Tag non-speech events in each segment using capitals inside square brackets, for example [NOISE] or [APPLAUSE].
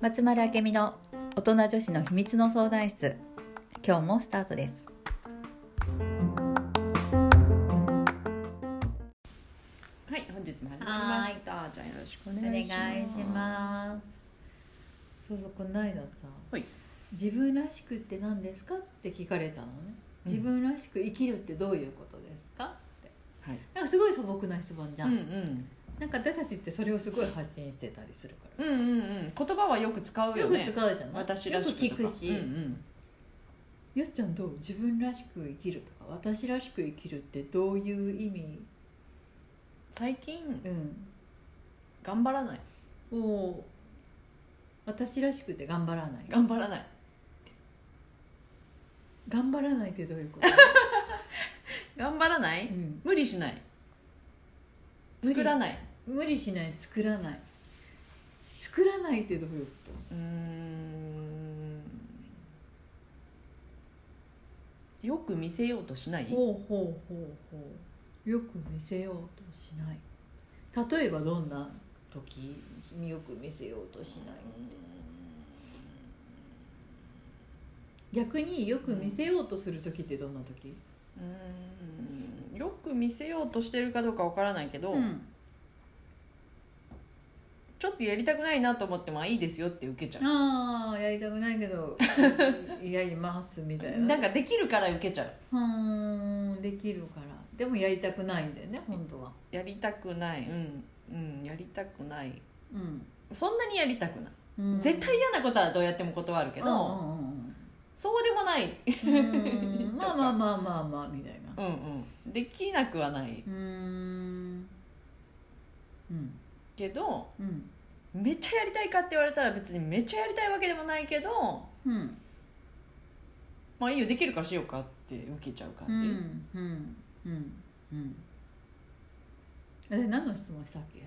松丸明美の大人女子の秘密の相談室今日もスタートですはい、本日も始まりました。じゃあよろしくおお願願いいししまます。すそうそうこの間さ、はい自分らしくって何ですかって聞かれたのねうん自分らしく生きるってどういうことですかってはい。なんかすごい素朴な質問じゃうんん、うん。なんか私たちってそれをすごい発信してたりするから、うんうんうん。言葉はよく使うよよくね。使うじゃない私よらくしくと聞か。くし、うんうん。よっちゃんどう自分らしく生きるとか私らしく生きるってどういう意味、最近うん、頑張らない。を私らしくて頑張らない頑張らない。頑張らないってどういうこ [LAUGHS] と、頑張らなうい。ん、無理しない。無理し作らない。無理しない作らない作らないってどういうこうーん。よく見せようとしないと。ほうほうほうほうよく見せようとしない例えばどんな時よく見せようとしない逆によく見せようとする時ってどんな時、うーんよく見せようとしてるかどうかわからないけど、ちょっとやりたくないなと思ってもあいいですよって受けちゃうああやりたくないけど [LAUGHS] やりますみたいななんかできるから受けちゃううーんできるからでもやりたくないんだよね本当はやりたくないうんうんやりたくないうん、そんなにやりたくない、うん絶対嫌なことはどうやっても断るけど、うんそうでもないうんうんうんうーんまあまあまあまあまあみたいなうんうんできなくはないうーんうんけどうんめっちゃやりたいかって言われたら別にめっちゃやりたいわけでもないけどうんまあいいよできるからしようかって受けちゃう感うじ、んうんうんうんえ何の質問したっ [LAUGHS] け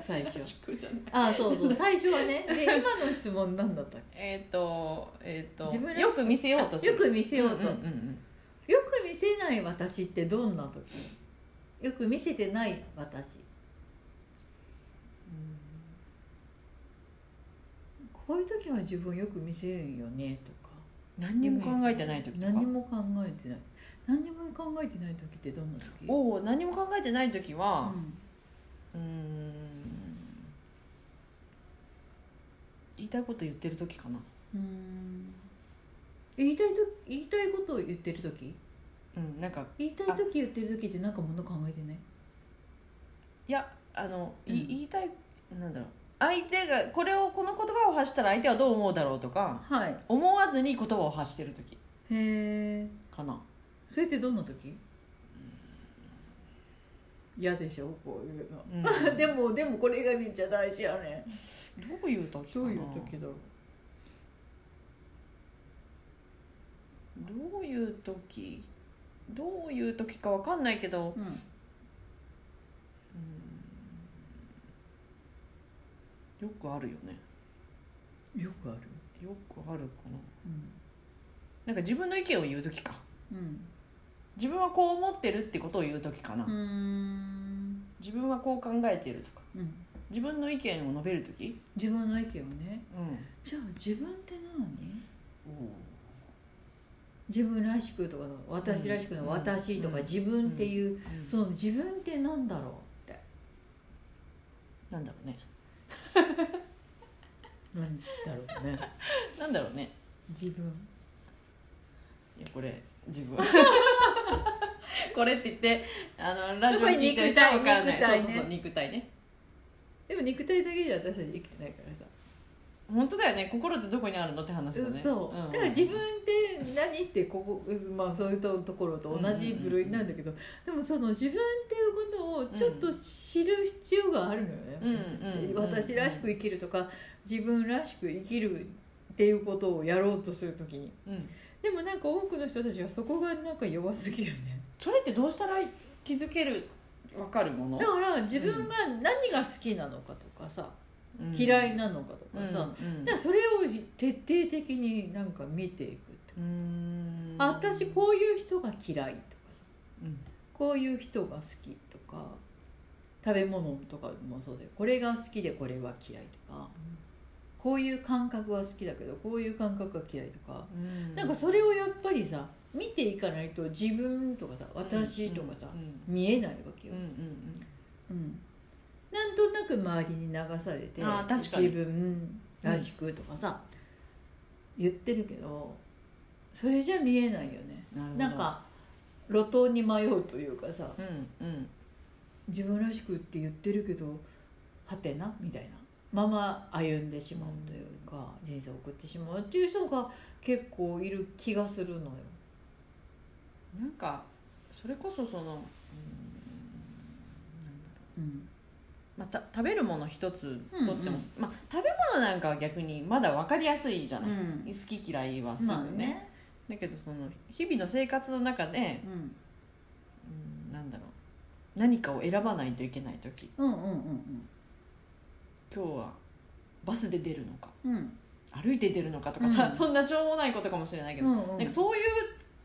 最初らしくじゃないああそうそう最初はねで今の質問何だったっえっ、とえっ、自分らしとくよく見せようけとするよく見せようと、うんうんうんよく見せない私ってどんな時よく見せてない私こういう時は自分よく見せるよねとか何にも考えてない時とか何も考えてない何にも考えてない時ってどんな時おお何も考えてない時うはんうーん言いたいこと言ってる時かなうん言いたいと言いたいことを言ってる時うんなんか言いたい時言ってる時ってなんかもの考えてないいやあの、いうん言いたいなんだろう相手がこれをこの言葉を発したら相手はどう思うだろうとかはい思わずに言葉を発してる時へえかなそれってどんな時嫌でしょこういうのうん [LAUGHS] でもでもこれがめっちゃ大事やねどういう時かなどういう時だろうどういう時どういう時かわかんないけどうんよくあるよねよくあるよくあるかなうんなんか自分の意見を言う時かうん自分はこう思ってるってことを言う時かな、うーん自分はこう考えてるとかうん自分の意見を述べる時自分の意見をねうんじゃあ自分って何自分らしくとかの私らしくうんの私とかうん自分っていううんその自分って何だろうってなんだろうね何だろうねなんだろうね [LAUGHS] 自分いやこれ自分 [LAUGHS] これって言ってあのラジオこれ聞いてる人は分からない肉体そうそうそうね肉体ねでも肉体だけじゃ私たち生きてないからさ本当だよね心ってどこにあるのって話だねそう、んだから自分って何ってここ、まあ、そういうところと同じ部類なんだけど、でもその自分っていうことをちょっと知る必要があるのよね、うんうんうん私らしく生きるとか自分らしく生きるっていうことをやろうとするときにうんでもなんか多くの人たちはそこがなんか弱すぎるねそれってどうしたら気づける分かるものだから自分が何が好きなのかとかさ、嫌いなのかとかさ、うんうんだからそれを徹底的になんか見ていくってうーんあ私こういう人が嫌いとかさうんこういう人が好きとか食べ物とかもそうでこれが好きでこれは嫌いとかこういう感覚は好きだけどこういう感覚が嫌いとかうんなんかそれをやっぱりさ見ていかないと自分とかさ私とかさ、うん見えないわけうよんう、んうんなんとなく周りに流されてあー確かに自分らしくとかさ、言ってるけどそれじゃ見えないよねうんうん、なるほどなんか路頭に迷うというかさうんうん自分らしくって言ってるけどはてなみたいなまま歩んでしまうというか、人生を送ってしまうっていう人が結構いる気がするのよ。なんかそれこそその、うんなんだろうんうまあ、た食べるもの一つうんとっても、まあ、食べ物なんかは逆にまだ分かりやすいじゃない、うん好き嫌いはすぐね,、まあね、だけどその日々の生活の中で、うん、うん、なんだろう何かを選ばないといけない時うんうんうん今日はバスで出るのかうんうん歩いて出るのかとかさ、うんそんなしょうもないことかもしれないけど、うんうんなんかそういう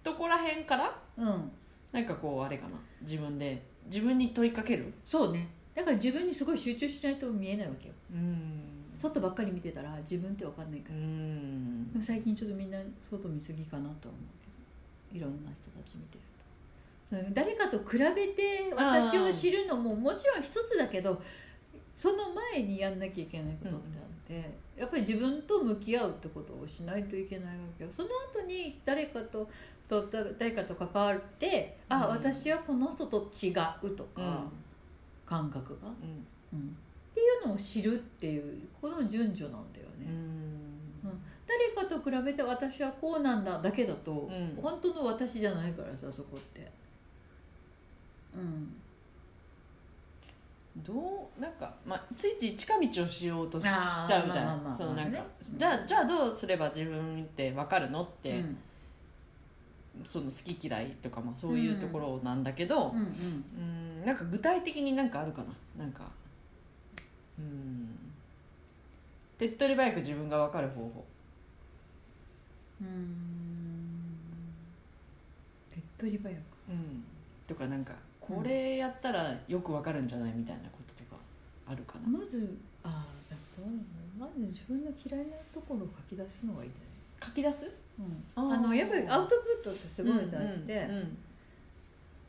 とこら辺からうんなんかこうあれかな自分で自分に問いかけるそうねだから自分にすごい集中しないと見えないわけようん外ばっかり見てたら自分って分かんないかうら、んでも最近ちょっとみんな外見過ぎかなとは思うけどいろんな人たち見てるとその誰かと比べて私を知るのももちろん一つだけどその前にやんなきゃいけないことってあって、やっぱり自分と向き合うってことをしないといけないわけよその後に誰かとと誰かと関わって、あうん私はこの人と違うとうか、感覚がんっていうのを知るっていうこの順序なんだようね、ん誰かと比べて私はこうなんだだけだと、ん本当の私じゃないからさそこってうんどうなんか、まあ、ついつい近道をしようとしちあーゃうまじあゃまあまんあそうなんかまあねじゃあじゃあどうすれば自分って分かるのっうて、んその好き嫌いとか、まあ、そういうところなんだけど、うんうんうんなんか具体的になんかあるかななんかうん手っ取り早く自分が分かる方法うん手っ取り早くうんとかなんかこれやったらよく分かるんじゃないみたいなこととかあるかな、まずああどうなのまず自分の嫌いなところを書き出すのがいいんじ書き出すゃない、あーあのやっぱりアウトプットってすごい大事で、うんうんうん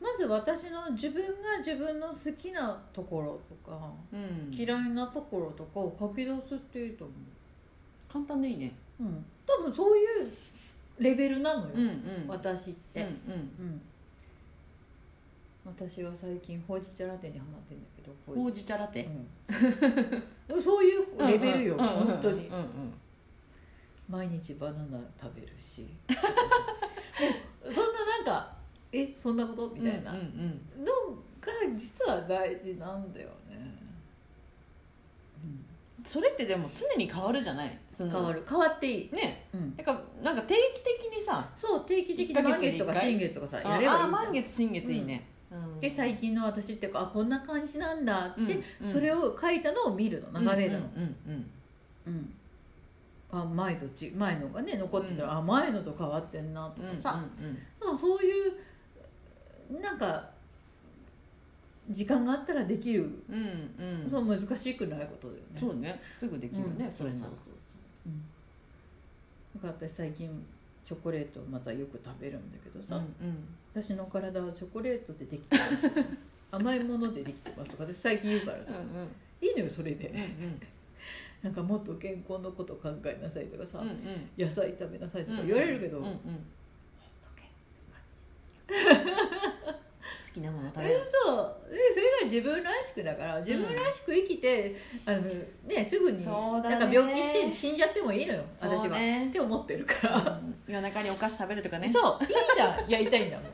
まず私の自分が自分の好きなところとかうん嫌いなところとかを書き出すっていいと思簡単でいいねう、うん、多分そういうレベルなのよ、うんうん私って、うんうんうん私は最近ほうじ茶ラテにハマってんだけどほううじ茶ラじテうんそういうレベルよ、うんうんうんうん本当に、うんうん毎日バナナ食べるしもうそんななんかえそんなことみたいな、うんうんうんのが実は大事なんだよね、それってでも常に変わるじゃないその変わる変わっていい、ねうん、なんかなんか定期的にさそう定期的に一ヶ月満月とかに一回新月とかさあやればいいじゃあん満月新月いいね、うんで最近の私ってあこんな感じなんだって、うんうんそれを書いたのを見るの眺めるの、うんうんうんうんあ前とち前のがね残ってたら、あ前のと変わってんなとうかんうんうんさ、なんかそういうなんか時間があったらできる、うんうんそう難しくないことだよねそうねすぐできるね、それならそうそう、うん、なんか私最近チョコレートまたよく食べるんだけどさ、うん私の体はチョコレートでできて [LAUGHS] ますとか甘いものでできてますとか私最近言うからうさ、んうんうんいいのよそれでうんなんかもっと健康のこと考えなさいとかさ、うんうん野菜食べなさいとうかん言われるけど、うんうほんっ好とけきなもの食べえるそうでそれが自分らしくだから自分らしく生きて、あのねすぐにそうだなねんか病気して死んじゃってもいいのよ私そうは、ねって思ってるから。うん [LAUGHS] 夜中にお菓子食べるとかねそういいじゃんやりたいんだもん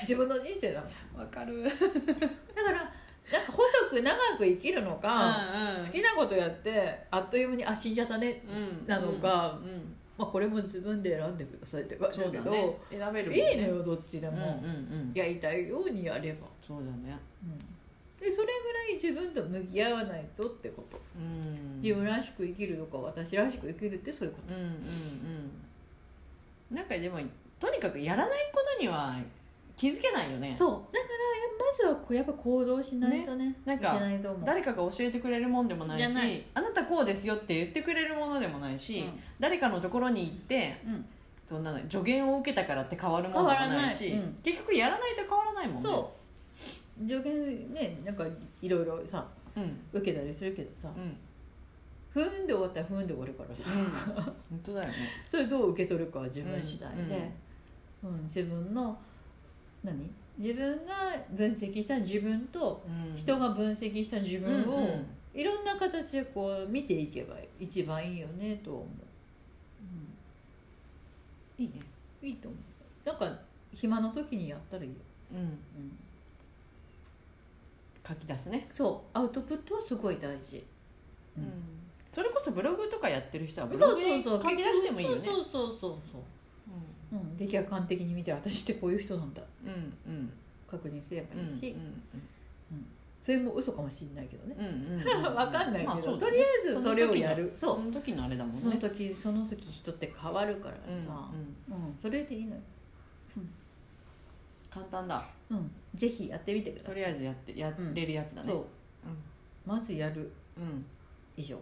自分の人生だもんわかるだからなんか細く長く生きるのか、好きなことやってあっという間にあ死んじゃったね、うんなのかうんうんまあ、これも自分で選んでくださいって感じそだうけだど、ね選べるもんねいいのよどっちでうんも、うんうんやりたいようにやれば、そうだねうんでそれぐらい自分と向き合わないとってこと、うん自分らしく生きるとか私らしく生きるってそういうこうんうんうんなんかでもとにかくやらないことには気づけないよねそうだからまずはこうやっぱ行動しないとねなんかいけないと思う誰かが教えてくれるもんでもないじゃしないあなたこうですよって言ってくれるものでもないし、誰かのところに行ってうんうんそんなの助言を受けたからって変わるものでもないし変わらないうん結局やらないと変わらないもんねそう助言ねなんかいろいろさう、ん受けたりするけどさうん、 [LAUGHS] うんふーんで終わったらふーんで終わるからさ [LAUGHS] 本当だよねそれどう受け取るかは自分次第で、うん自分の何自分が分析した自分とうん人が分析した自分を、うんうんいろんな形でこう見ていけば一番いいよねと思う、うん、いいねいいと思うなんか暇の時にやったらいいよ、うんうん、書き出すね、そうアウトプットはすごい大事うんそれこそブログとかやってる人はそうブログそにうそ書うき出してもいいよねそうそうそうそうそう、うん、で客観的に見て私ってこういう人なんだうんうんうん確認すればうんいいし、うそれも嘘かもしれないけどね、んうんうん [LAUGHS] わ分かんないけど、まあそうだとねりあえずそれをやるそその時のその時のあれだもんうねその時その時人って変わるからさ、うんうんうん、それでいいのよ。簡単だうん、ぜひやってみてくださとい。りあえずやってやれるやつだねそう、まずやるうんうん以上。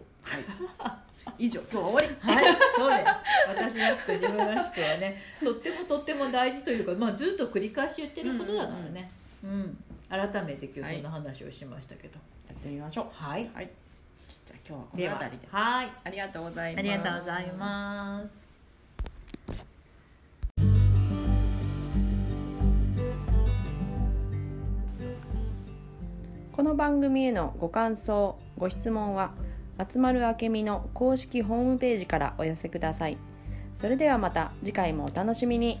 以上今日は終わりはい、 [LAUGHS] そうです。私らしく自分らしくはね、とってもとっても大事というか、まあずっと繰り返し言ってることだからね。うん改めて今日そんな話をしましたけど。やってみましょうはい。はいじゃあ今日はこでのは辺りで、はい。ありがとうござあいますりがとうございます。この番組へのご感想ご質問は集まるあけみの公式ホームページからお寄せくださいそれではまた次回もお楽しみに